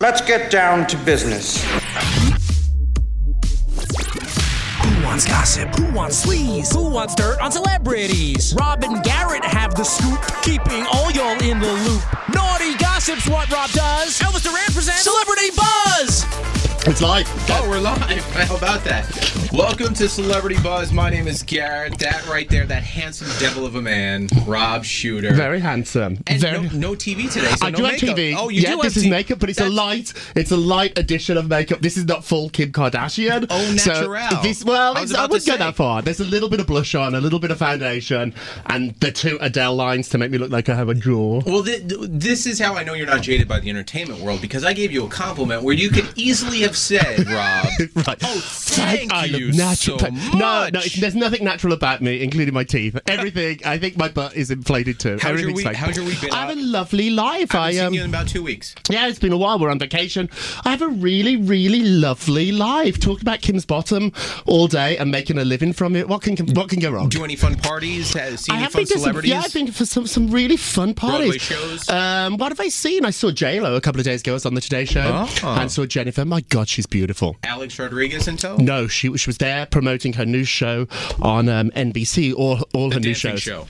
Let's get down to business. Who wants gossip? Who wants sleaze? Who wants dirt on celebrities? Rob and Garrett have the scoop, keeping all y'all in the loop. Naughty gossip's what Rob does. Elvis Duran presents Celebrity Buzz. It's like Oh, we're live. How about that? Welcome to Celebrity Buzz. My name is Garrett. That right there, that handsome devil of a man, Rob Shooter. very handsome. and very. no, no TV today. So I no do have makeup. TV. Oh, you yeah, do have this is TV. makeup, but it's a That's- light. It's a light edition of makeup. This is not full Kim Kardashian. Oh, So natural. this, well, I I, was it's, I about to wouldn't go say. that far. There's a little bit of blush on, a little bit of foundation, and the two Adele lines to make me look like I have a jaw. Well, thi- th- this is how I know you're not jaded by the entertainment world because I gave you a compliment where you could easily have said, Rob. Right. Oh, thank I look you natural. so No, no, much. there's nothing natural about me, including my teeth. Everything. I think my butt is inflated too. your Everything's week- fake. how's your week been I have out? a lovely life. I I haven't um, seen you in about two weeks. Yeah, it's been a while. We're on vacation. I have a really, really lovely life. Talking about Kim's bottom all day and making a living from it. What can what can go wrong? Do any fun parties? Have- See I any have fun been to some, celebrities? yeah, I've been for some, some really fun parties. Broadway shows? Um, what have I seen? I saw J Lo a couple of days ago. I was on the Today Show Oh. and saw Jennifer. My God, she's beautiful. Alex Rodriguez in tow? No, she, was- she was there promoting her new show on um, NBC. All all her new Dancing shows. show.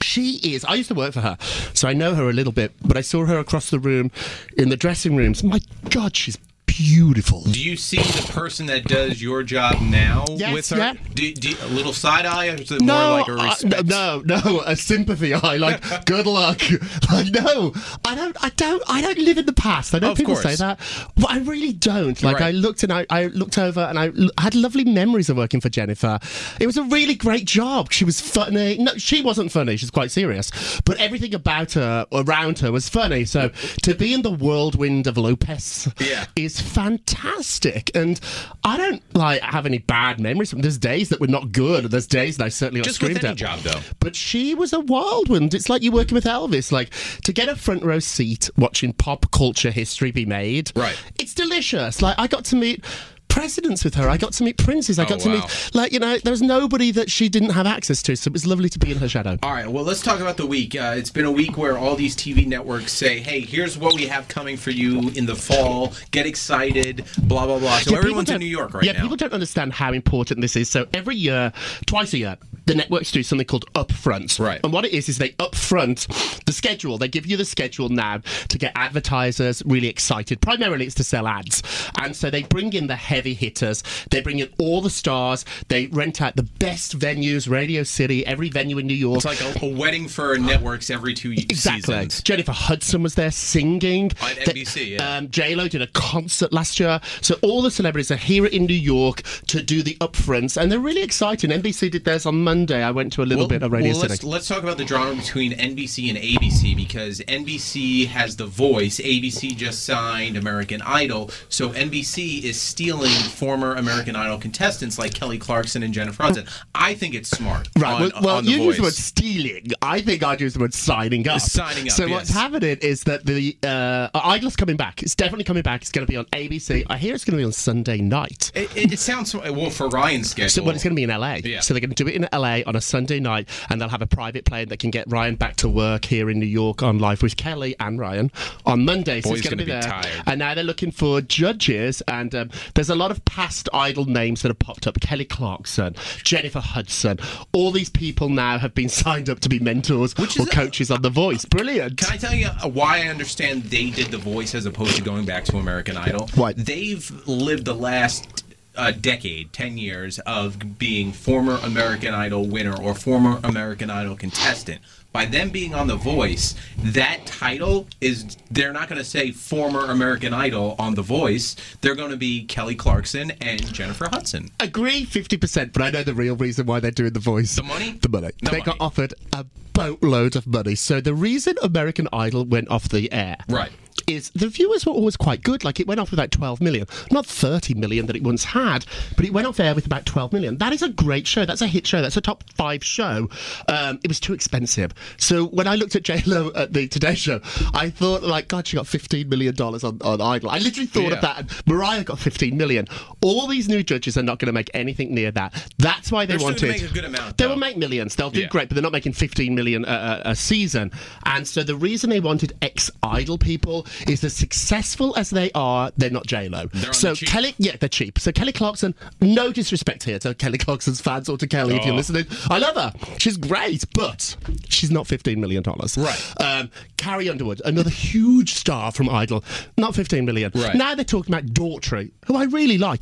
She is. I used to work for her, so I know her a little bit. But I saw her across the room in the dressing rooms. My God, she's beautiful. Do you see the person that does your job now Yes, with her? yeah. Do, do, a little side eye, or is it No, more like a I- respect? no, no, no, a sympathy eye. Like, good luck. Like, no, I don't, I don't, I don't live in the past. I know Of people say course. that, but I really don't. Like, right. I looked and I, I looked over and I l- had lovely memories of working for Jennifer. It was a really great job. She was funny. No, she wasn't funny. She's quite serious, but everything about her, around her, was funny. So to be in the whirlwind of Lopez Yeah. is fantastic, and I don't like have any bad memories from. There's days that were not good. and There's days that I certainly got Just with screamed any at. job, though. But she was a whirlwind. It's like you're working with Elvis. Like to get a front row seat watching pop culture history be made. Right. It's delicious. Like I got to meet presidents with her. I got to meet princes. I Oh, got to wow. meet like you know there was nobody that she didn't have access to. So it was lovely to be in her shadow. All right, well, let's talk about the week. Uh, it's been a week where all these TV networks say, hey, here's what we have coming for you in the fall. Get excited, blah, blah, blah. So Yeah, people everyone's in don't- New York right yeah, now. people don't understand how important this is. So every year, twice a year, the networks do something called upfront. Right. And what it is is they upfront the schedule. They give you the schedule now to get advertisers really excited. Primarily, it's to sell ads. And so they bring in the heavy hitters. They bring in all the stars. They rent out the best venues, Radio City, every venue in New York. it's like a, a wedding for networks every two y- Exactly. seasons. Jennifer Hudson was there singing. On They- NBC, yeah. Um, J Lo did a concert last year. So all the celebrities are here in New York to do the upfronts, and they're really exciting. NBC did theirs on Monday. I went to a little bit of Radio Oh, let's, City. let's talk about the drama between NBC and ABC because NBC has The Voice. ABC just signed American Idol, so NBC is stealing former American Idol contestants like Kelly Clarkson and Jennifer Hudson. I think it's smart. Right. on- well, well on The you use the word Voice. stealing. I think I'd use the word signing up. Signing up, So what's yes. happening is that the uh, Idol's coming back. It's definitely coming back. It's going to be on ABC. I hear it's going to be on Sunday night. It, it, it sounds well for Ryan's schedule. So, well, it's going to be in LA. Yeah. So they're going to do it in LA on a Sunday night, and they'll have a private plane that can get Ryan back to work here in New York on Live with Kelly and Ryan on Monday. So Boy's it's going to gonna be, be there. tired. And now they're looking for judges, and um, there's a lot of past idol names that have popped up: Kelly Clarkson, Jennifer Hudson. All these people now have been signed up to be mentors or is a- coaches on The Voice. Brilliant. Can I tell you uh, why I understand they did The Voice as opposed to going back to American Idol? Why? They've lived the last uh, decade, 10 years, of being former American Idol winner or former American Idol contestant. By them being on The Voice, that title is, they're not going to say former American Idol on The Voice. They're going to be Kelly Clarkson and Jennifer Hudson. Agree 50%, but I know the real reason why they're doing the voice. The money? The money. The they money. got offered a boatload of money. So the reason American Idol went off the air. Right. Is the viewers were always quite good. Like it went off with about 12 million, not 30 million that it once had, but it went off air with about 12 million. That is a great show. That's a hit show. That's a top five show. Um, it was too expensive. So when I looked at J Lo at the Today Show, I thought like, God, she got 15 million dollars on, on Idol. I literally thought Yeah. of that. And Mariah got 15 million. All these new judges are not going to make anything near that. That's why they They're still wanted. gonna make a good amount, They though. will make millions. They'll do Yeah. great, but they're not making 15 million a, a, a season. And so the reason they wanted ex Idol people people is as successful as they are, they're not J Lo. They're on So the cheap. Kelly, yeah, they're cheap. So Kelly Clarkson, no disrespect here to Kelly Clarkson's fans or to Kelly if you're Oh. listening. I love her. She's great, but she's not fifteen million dollars. Right. Um, Carrie Underwood, another huge star from Idol, not fifteen million. Right. Now they're talking about Daughtry, who I really like.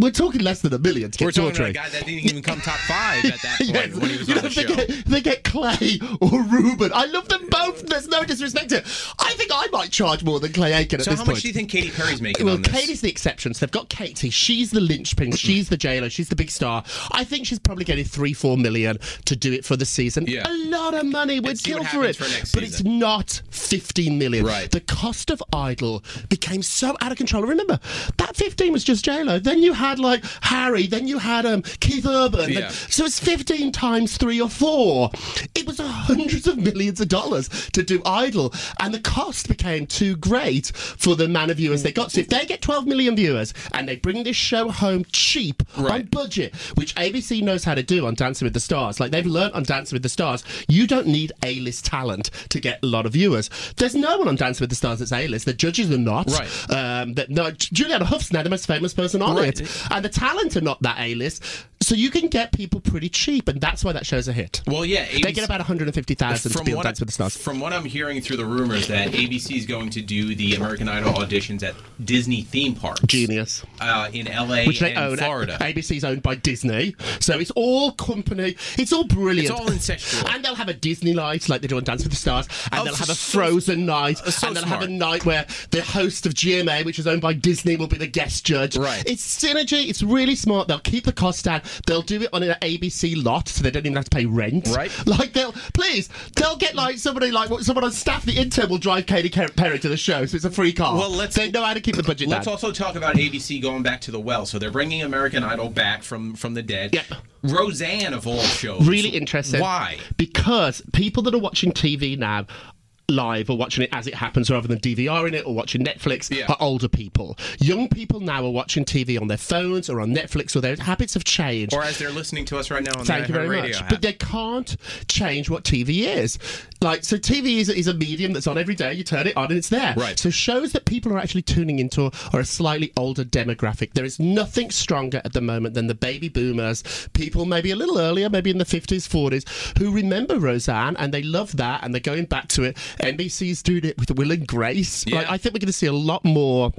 We're talking less than a million to get We're talking Daughtry. about a guy that didn't even come top five at that point Yes. when he was You on know, the show. they, Get, they get Clay or Ruben. I love them both. There's no disrespect here. I think I might charge more than Clay Aiken at so how this much point. do you think Katy Perry's making well, on this? Kate is the exception. So they've got Katie. She's the linchpin. She's the jailer. She's the big star. I think she's probably getting three, four million to do it for the season. Yeah. A lot of money. We'd see kill what for it. happens for next but season. it's not 15 million. Right. The cost of Idol became so out of control. Remember, that 15 was just J-Lo. Then you had like Harry. Then you had um, Keith Urban. Yeah. Then- so it's 15 times three or four. It was hundreds of millions of dollars to do Idol, and the cost became too great for the amount of viewers they got. So if they get 12 million viewers and they bring this show home cheap on Right. budget, which ABC knows how to do on Dancing with the Stars, like they've learned on Dancing with the Stars, you don't need A-list talent to get a lot of viewers. There's no one on Dancing with the Stars that's A-list. The judges are not. Right. Um, that no, Juliana Huff's now the most famous person on Right. it, and the talent are not that A-list. So you can get people pretty cheap, and that's why that show's a hit. well, yeah, they get about 150,000 to from be on what Dance with the Stars. From what I'm hearing through the rumors, that ABC is going to do the American Idol auditions at Disney theme parks. Genius. Uh, in LA Which they and own. Florida. ABC's owned by Disney, so it's all company. It's all brilliant. It's all incestual. And they'll have a Disney night like they do on Dance with the Stars, and Oh, they'll so- have a so- Frozen night, so and they'll have smart. a night where the host of GMA, which is owned by Disney, will be the guest judge. Right. It's synergy. It's really smart. They'll keep the cost down. They'll do it on an ABC lot, so they don't even have to pay rent. Right. Like they'll please, they'll get like somebody like someone on staff. The intern will drive Katie Ker- Perry to the show, so it's a free car. Well, let's- they know how to keep the budget Let's down. also talk about ABC going back to the well. So they're bringing American Idol back from from the dead. Yep. Roseanne of all shows. Really interesting. Why? Because people that are watching TV now live or watching it as it happens rather than DVRing it or watching Netflix Yeah. are older people. Young people now are watching TV on their phones or on Netflix or their habits have changed. Or as they're listening to us right now on Thank the you very radio much. But they can't change what TV is. Like, so TV is, is a medium that's on every day. You turn it on and it's there. Right. So shows that people are actually tuning into are a slightly older demographic. There is nothing stronger at the moment than the baby boomers, people maybe a little earlier, maybe in the 50s, 40s, who remember Roseanne and they love that and they're going back to it. NBC's doing it with Will and Grace. Yeah. Like, I think we're going to see a lot more.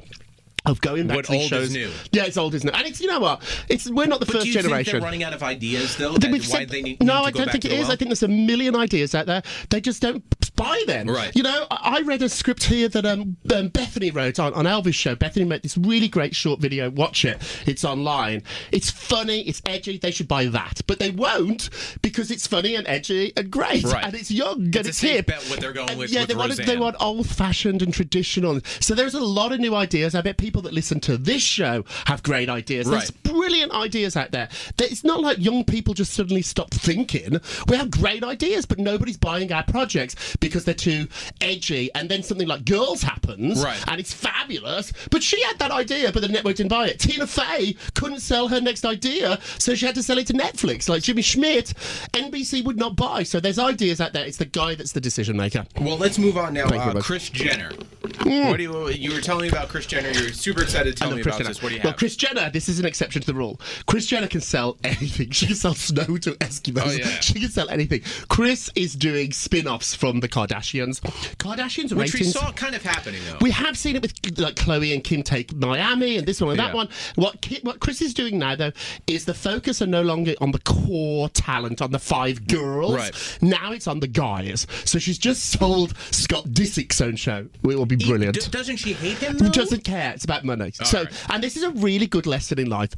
Of going back What to these old shows, is new. yeah, it's old, isn't it? And it's you know what, it's we're not the But first do you generation. think they're running out of ideas though? I think that we've why said- they need, no, need to I go don't back think to it the is. well? I think there's a million ideas out there. They just don't buy them. Right. You know, I I read a script here that um, um, Bethany wrote on, on Elvis' show. Bethany made this really great short video. Watch it. It's online. It's funny. It's edgy. They should buy that, but they won't because it's funny and edgy and great, Right. and it's young and it's, a safe hip. bet what they're going And with- Yeah, with they want they Roseanne. want old-fashioned and traditional. So there's a lot of new ideas. I bet people that listen to this show have great ideas. There's Right. brilliant ideas out there. That it's not like young people just suddenly stop thinking. We have great ideas, but nobody's buying our projects because they're too edgy. And then something like Girls happens, Right. and it's fabulous. But she had that idea, but the network didn't buy it. Tina Fey couldn't sell her next idea, so she had to sell it to Netflix. Like Jimmy Schmidt, NBC would not buy. So there's ideas out there. It's the guy that's the decision maker. Well, let's move on now. Thank you, Uh, bud. Chris Jenner. What do you, you were telling me about Chris Jenner. You're super excited to tell me Kris about Jenner. this. What do you have? Well, Chris Jenner, this is an exception to the rule. Chris Jenner can sell anything. She can sell snow to Eskimos. Oh, yeah. She can sell anything. Chris is doing spin-offs from the Kardashians. Kardashians Which we ratings. saw kind of happening though. We have seen it with like Chloe and Kim take Miami and this one and that Yeah. one. What Ki- what Chris is doing now though is the focus are no longer on the core talent on the five girls. Right. Now it's on the guys. So she's just sold Scott Disick's own show. It will be brilliant. D- doesn't she hate him though? Doesn't care. It's about money. so, right. and this is a really good lesson in life.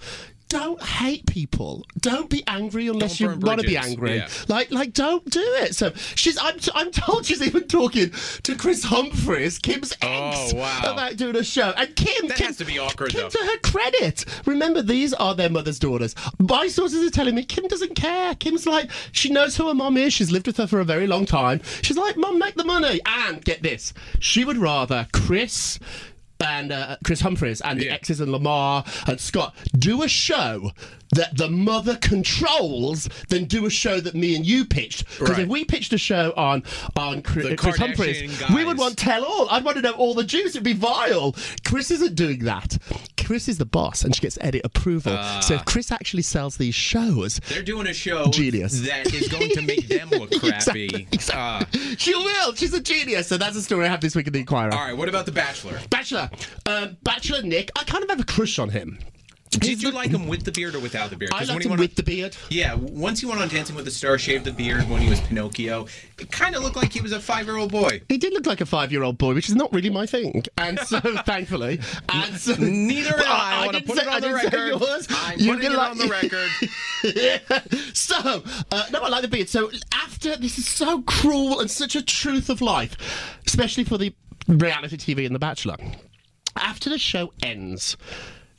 Don't hate people. Don't be angry unless Don't you burn want to be bridges. angry. Yeah. Like, like, don't do it. So she's. I'm. T- I'm told she's even talking to Chris Humphries, Kim's ex, Oh, wow. about doing a show. And Kim, That Kim has to be awkward, Kim, though. to her credit, remember these are their mother's daughters. My sources are telling me Kim doesn't care. Kim's like, she knows who her mom is. She's lived with her for a very long time. She's like, mom, make the money and get this. She would rather Chris. and uh, Chris Humphries and the Yeah. exes and Lamar and Scott do a show that the mother controls than do a show that me and you pitched. Because Right. if we pitched a show on on Chris, The Chris Kardashian Humphries, guys. we would want tell all. I'd want to know all the juice. It'd be vile. Chris isn't doing that. Chris is the boss and she gets edit approval. Ah. so if Chris actually sells these shows, They're doing a show Genius. that is going to make them look crappy. Uh, she will. She's a genius. So that's a story I have this week in the Inquirer. all right, what about The Bachelor? Bachelor. Um, Bachelor Nick, I kind of have a crush on him. Did you like him with the beard or without the beard? I 'Cause when liked he him went on- with the beard. yeah, once he went on Dancing with the Stars, shaved the beard when he was Pinocchio. It kind of looked like he was a five-year-old boy. He did look like a five-year-old boy, which is not really my thing. And so, thankfully, and so, Neither am Well, I. I, want to didn't put say- it I on the didn't say record. yours. I'm You putting can it like- on the record. so, uh, no, I like the beard. So, after this is so cruel and such a truth of life, especially for the reality TV and The Bachelor. After the show ends,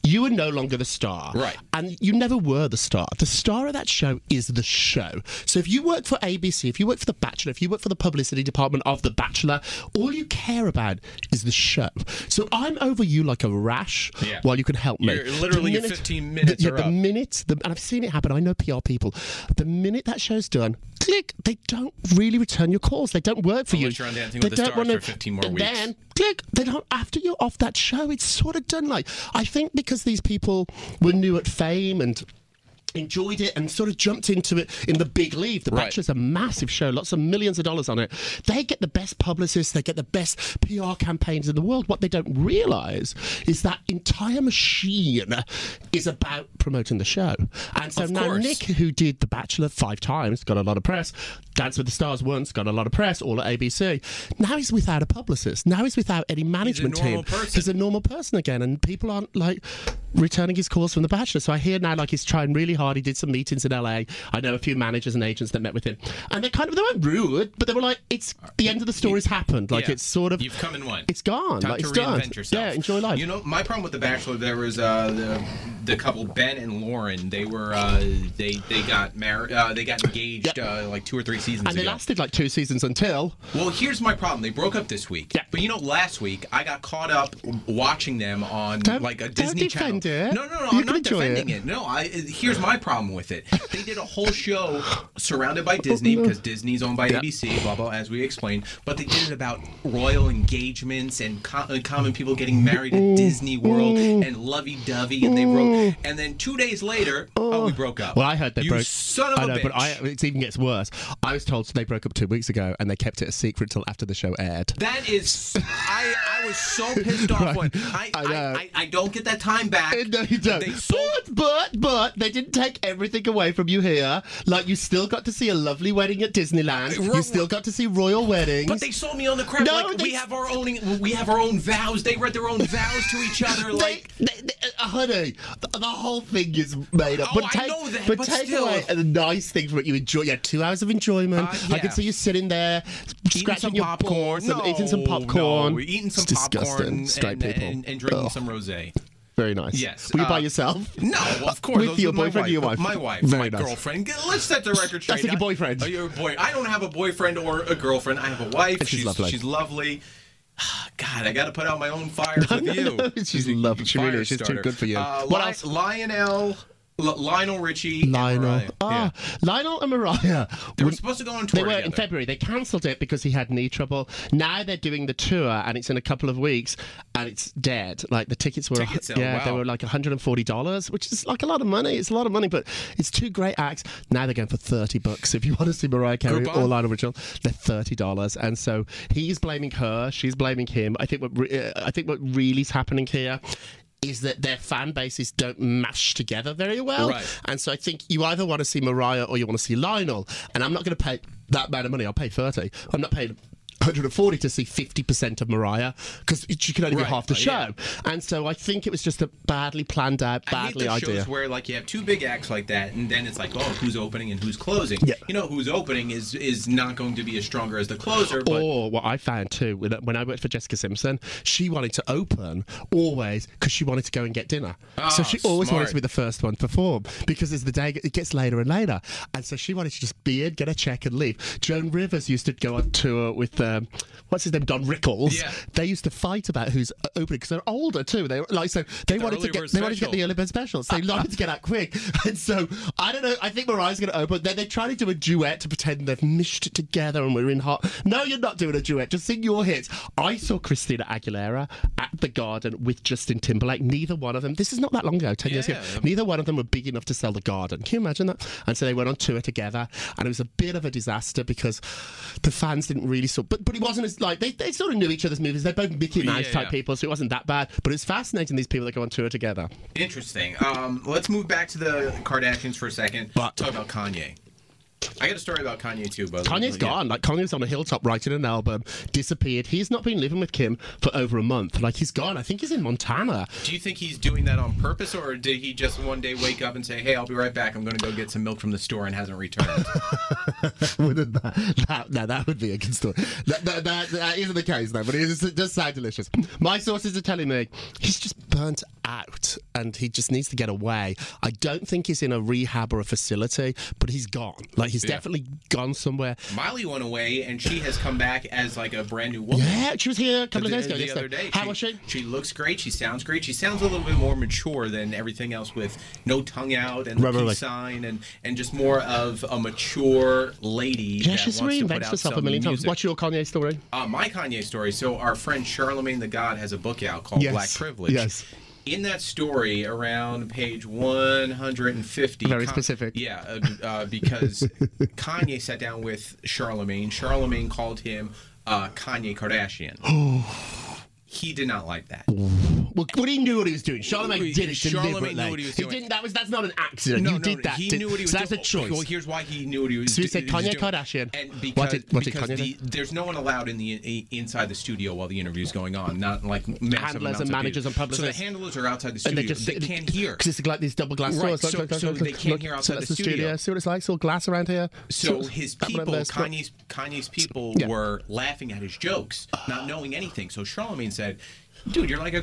you are no longer the star. Right. And you never were the star. The star of that show is the show. So if you work for ABC, if you work for The Bachelor, if you work for the publicity department of The Bachelor, all you care about is the show. So I'm over you like a rash Yeah. while you can help me. You're- literally The your 15 minutes the, yeah, are the up. minute, the, and I've seen it happen. I know PR people. The minute that show's done, click. They don't really return your calls. They don't work for Unless you. you're on Dancing they with the don't Stars wanna- for 15 more and weeks. Then click. They don't. After you're off that show, it's sort of done. Like I think because these people were new at fame and. Enjoyed it and sort of jumped into it in the big league. The Right. Bachelor's a massive show, lots of millions of dollars on it. They get the best publicists, they get the best PR campaigns in the world. What they don't realize is that entire machine is about promoting the show. And so Of now course. Nick, who did The Bachelor five times, got a lot of press, Dance with the Stars once, got a lot of press, all at ABC. Now he's without a publicist. Now he's without any management normal team. person. He's a normal person again, and people aren't like returning his calls from The Bachelor. So I hear now like he's trying really hard. He did some meetings in LA. I know a few managers and agents that met with him, and they kind of they weren't rude, but they were like, "It's the end of the story's happened. Like Yeah. it's sort of You've come and won. It's gone. Time like to it's done. reinvent yourself. Yeah, enjoy life. You know, my problem with The Bachelor, there was uh, the the couple Ben and Lauren. They were uh, they they got married. Uh, they got engaged uh, like two or three seasons and they ago. lasted like two seasons until Well, here's my problem. They broke up this week. Yeah. But you know, last week I got caught up watching them on Don't- like a don't Disney defend Channel. it. No, no, no. You I'm can not enjoy defending it. No, I. Here's my problem with it. They did a whole show surrounded by Disney because Disney's owned by ABC, blah blah, as we explained. But they did it about royal engagements and co- uh, common people getting married Mm. at Disney World and lovey-dovey, and they wrote. And then two days later, oh, we broke up. Well, I heard they you broke. Son of I a know, bitch. but I, it even gets worse. I was told they broke up two weeks ago, and they kept it a secret till after the show aired. That is, I, I was so pissed off Right. when I I, I know. I, I don't get that time back. No, you don't. They sold, but, but, but, they didn't take everything away from you here. Like, you still got to see a lovely wedding at Disneyland. Ro- You still got to see royal weddings. but they sold me on the crap. No, like we they- have our own, e, we have our own vows. They read their own vows to each other. They- Like they- they- uh, honey, the, the whole thing is made up. Oh, but I take, know that, but but take still. away the nice thing from it. You enjoy. You had two hours of enjoyment. Uh, I yeah. can see you sitting there, scratching some your popcorn, balls and no, eating some popcorn. No, we're eating some it's popcorn disgusting. and, Straight and, people. and, and drinking Ugh, some rosé. Very nice. Yes, Were you by uh, yourself? No, of course. With those your are my boyfriend or your wife? My wife, my Very nice. girlfriend. G- Let's set the record straight. That's like your boyfriend. I, Oh, your boy. I don't have a boyfriend or a girlfriend. I have a wife. And she's lovely. She's lovely. God, I got to put out my own fires with you. She's lovely. She really Fire is. She's too starter. good for you. Uh, what Li- else? Lionel, L- Lionel Richie. and Lionel. Mariah. Ah, Yeah. Lionel and Mariah. They were supposed to go on tour They were in together. February. They cancelled it because he had knee trouble. Now they're doing the tour, and it's in a couple of weeks, and it's dead. Like the tickets were, Tickets, oh, yeah, they wow. were like 140 dollars, which is like a lot of money. It's a lot of money, but it's two great acts. Now they're going for 30 bucks. If you want to see Mariah Carey Groupon? or Lionel Richie, they're 30 dollars. And so he's blaming her. She's blaming him. I think what re- uh, I think what really is happening here. Is that their fan bases don't mash together very well, Right. and so I think you either want to see Mariah or you want to see Lionel. And I'm not going to pay that amount of money. I'll pay 30. I'm not paying 140 to see 50% of Mariah because she can only Right, be half the uh, show. yeah. And so I think it was just a badly planned out, I hate badly the idea. shows where like you have two big acts like that, and then it's like, oh, who's opening and who's closing? Yeah. You know, who's opening is is not going to be as stronger as the closer. But Or what I found too, when when I worked for Jessica Simpson, she wanted to open always because she wanted to go and get dinner. so she always wanted Ah, smart. to be the first one to perform because as the day g- it gets later and later, and so she wanted to just be in, get a check, and leave. Joan Rivers used to go on tour with uh, um, what's his name, Don Rickles. Yeah. They used to fight about who's uh, opening because they're older too. They were like so they wanted to early get bird they wanted to get special. the early bird specials. They wanted to get out quick, and so I don't know. I think Mariah's going to open. Then they try to do a duet to pretend they've mished it together and we're in hot. No, you're not doing a duet. Just sing your hits. I saw Christina Aguilera at the Garden with Justin Timberlake. Neither one of them. This is not that long ago, ten years Yeah. ago. Neither one of them were big enough to sell the garden. Can you imagine that? And so they went on tour together, and it was a bit of a disaster because the fans didn't really sort. But but it wasn't as like they, they sort of knew each other's movies. They're both Mickey Mouse Yeah, type yeah. people, so it wasn't that bad. But it's fascinating these people that go on tour together. Interesting. Um, let's move back to the Kardashians for a second. But- Talk about Kanye. I got a story about Kanye too, but Kanye's Yeah. gone. Like Kanye's on a hilltop writing an album, disappeared. He's not been living with Kim for over a month. Like he's gone. I think he's in Montana. Do you think he's doing that on purpose, or did he just one day wake up and say, "Hey, I'll be right back. I'm going to go get some milk from the store," and hasn't returned? Wouldn't that, that, no, that would be a good story. That, that, that, that isn't the case, though, but it, is, it does sound delicious. My sources are telling me he's just burnt out and he just needs to get away. I don't think he's in a rehab or a facility, but he's gone. Like, he's Yeah. definitely gone somewhere. Miley went away, and she has come back as like a brand new woman. Yeah, she was here a couple the, of days ago. the yesterday. other day. How was she? She looks great. She sounds great. She sounds a little bit more mature than everything else, with no tongue out and Right, right, peace right. sign, and and just more of a mature lady. Yeah, that she's wants to put reinvented out herself a some million times. music. What's your Kanye story? uh, my Kanye story. So our friend Charlemagne the God has a book out called Yes. Black Privilege. Yes. In that story, around page 150, Very specific. Yeah, uh, b- uh, because Kanye sat down with Charlemagne. Charlemagne called him uh, Kanye Kardashian. he did not like that. Well, well, he knew what he was doing. Charlemagne He- did it Charlemagne deliberately. knew what he was doing. didn't. That was that's not an accident. you did that. He did- knew what he was so that's doing. a choice. Well, here's why he knew what he was So he doing. said Kanye Kardashian. And because, What did- what did because Kanye the, there's no one allowed in the inside the studio while the interview's going on. Not like massive Handlers amounts and of managers people. and So the publicists. handlers are outside the and studio. they just they can't hear. because it's like these double glass Right, doors. so- so they can't hear so outside that's the studio. See what it's like. It's all glass around here. So See- his that one people, over there. Kanye's Kanye's people, Yeah. were laughing at his jokes, not knowing anything. So Charlemagne said, "Dude, you're like a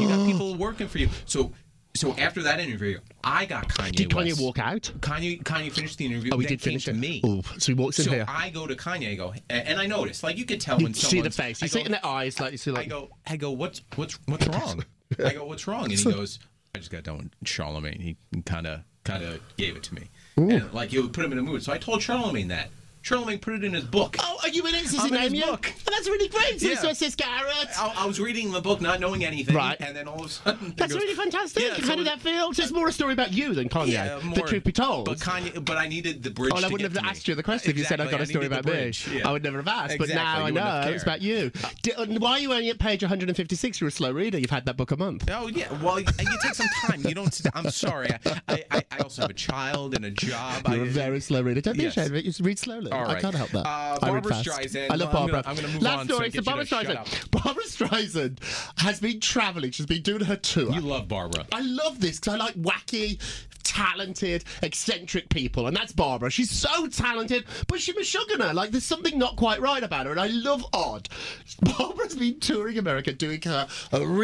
you got people working for you." So, so after that interview, I got Kanye. Did Kanye West. walk out? Kanye Kanye finished the interview. Oh, he that did came finish to it. me. Oh, so he walks in So here. I go to Kanye, I go, and I notice, like you could tell you when see the someone's- face. I You see go- it in their eyes. Like you see, like I go, I go, what's what's what's wrong? I go, what's wrong? And he goes, I just got done with Charlemagne. He kind of kind of gave it to me, and like it would put him in a mood. So I told Charlemagne that. Charlemagne put it in his book. Oh, are you in it? Is this I'm your in his name yet? book. Oh, that's really great. So Yeah. Oh, it's so it says Garrett. I, I was reading the book, not knowing anything, Right. and then all of a sudden, That's really fantastic. Yeah, How so did it- that feel? So it's more a story about you than Kanye. Yeah, more, the truth be told. but Kanye, but I needed the bridge. Oh, and I to wouldn't get have to me. asked you the question if you said I Exactly, got a story needed the about me. bridge, yeah. I would never have asked, but Exactly, now you I wouldn't have know it's cared. about you. Di- uh, why are you only at page 156? You're a slow reader. You've had that book a month. Oh yeah, well, you you take some time. You don't. I'm sorry. I, I, I- I also have a child and a job. You're a I- very slow reader. Don't be Yes. ashamed of it. You just read slowly. All I right. can't help that. Uh, I read Barbra fast. Streisand. I love I'm gonna- Barbara. I'm gonna move Last on so I story. get so Barbara you to shut Streisand. Barbara Streisand has been traveling. She's been doing her tour. You love Barbara. I love this because I like wacky, talented, eccentric people, and that's Barbara. She's so talented, but she mishugging her. Like there's something not quite right about her, and I love odd. Barbara's been touring America doing her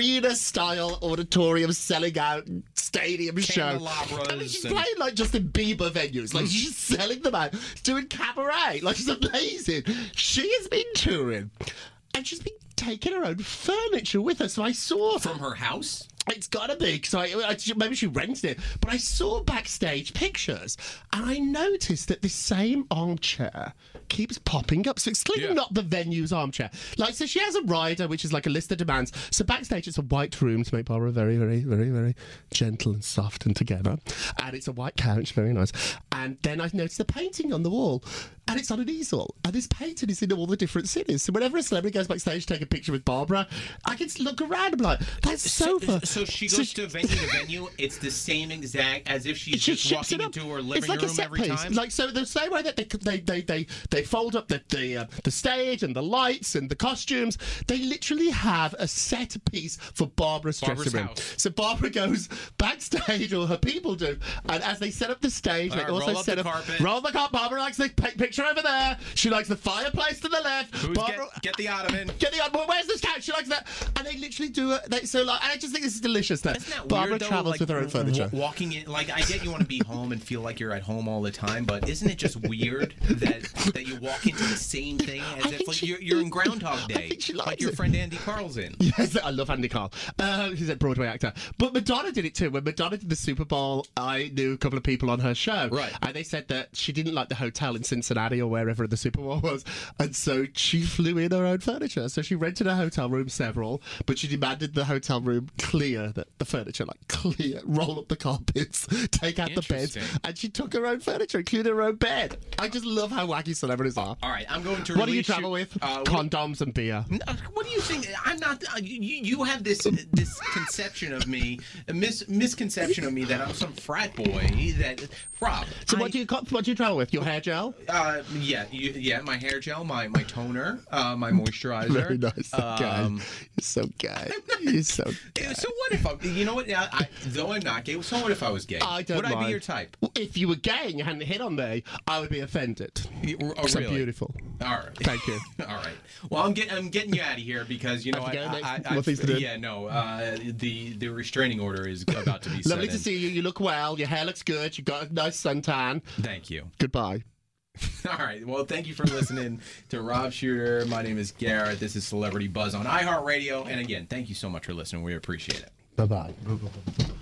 arena-style auditorium, selling out stadium show, Candelabras and she's and- playing like Justin Bieber venues. Like she's selling them out, doing cabaret. Like she's amazing. She has been touring, and she's been taking her own furniture with her. So I saw From her house? it's gotta be because I, I maybe she rented it, but I saw backstage pictures and I noticed that this same armchair keeps popping up. So it's clearly Yeah. not the venue's armchair. Like, so she has a rider, which is like a list of demands. So backstage, it's a white room to make Barbara very, very, very, very gentle and soft and together, and it's a white couch, very nice. And then I noticed a painting on the wall, and it's on an easel, and this painting is in all the different cities. So whenever a celebrity goes backstage to take a picture with Barbara, I can just look around. I'm like, that's sofa. So she goes to venue to venue. It's the same exact as if she's She just ships walking it up. into her it's living like room a set every piece. time. Like so, the same way that they they they they, they fold up the the, uh, the stage and the lights and the costumes, they literally have a set piece for Barbara's, Barbara's dressing room. house. So Barbara goes backstage, or her people do, and as they set up the stage, All they right, also roll up set up the carpet. roll the carpet. Barbara likes to take picture over there. She likes the fireplace to the left. Who's Barbara- get, get the ottoman. Get the well, where's this couch? She likes that, and they literally do it. They, so like, and I just think this is delicious. That, Isn't that Barbara weird, though? travels like, with her own w- furniture. w- walking in, like I get you want to be home and feel like you're at home all the time, but isn't it just weird that that you walk into the same thing as I if think like she- you're, you're in Groundhog Day, think she like likes your it. friend Andy Carlson. Yes, I love Andy Carl. Uh, he's a Broadway actor. But Madonna did it too. When Madonna did the Super Bowl, I knew a couple of people on her show. Right. And they said that she didn't like the hotel in Cincinnati or wherever the Super Bowl was. And so she flew in her own furniture. So she rented a hotel room, several, but she demanded the hotel room clear the, the furniture, like clear, roll up the carpets, take out the beds. Interesting. And she took her own furniture, including her own bed. I just love how wacky celebrities are. All right, I'm going to. What do you release travel with? Uh, what- Condoms and beer. Uh, What do you think? I'm not. Uh, you, you have this this conception of me, a mis- misconception of me that I'm some frat boy. That Rob. So I- what do you what do you travel with? Your hair gel? Uh, yeah, you, yeah. My hair gel, my my toner, uh, my moisturizer. Very nice. Um, guy. You're so gay. You're so Yeah, gay. So what if I'm? You know what? I, I, though I'm not gay. So what if I was gay? I don't Would I mind. be your type? If you were gay and you hadn't hit on me, I would be offended. Oh, so really? beautiful. All right. Thank you. All right. Well, I'm getting I'm getting you out of here because you know Have I, to go, Nick? I, I, More things to do. yeah no uh, the the restraining order is about to be set Lovely in. to see you. You look well. Your hair looks good. You've got a nice suntan. Thank you. Goodbye. All right. Well, thank you for listening to Rob Shooter. My name is Garrett. This is Celebrity Buzz on iHeartRadio. And again, thank you so much for listening. We appreciate it. Bye bye.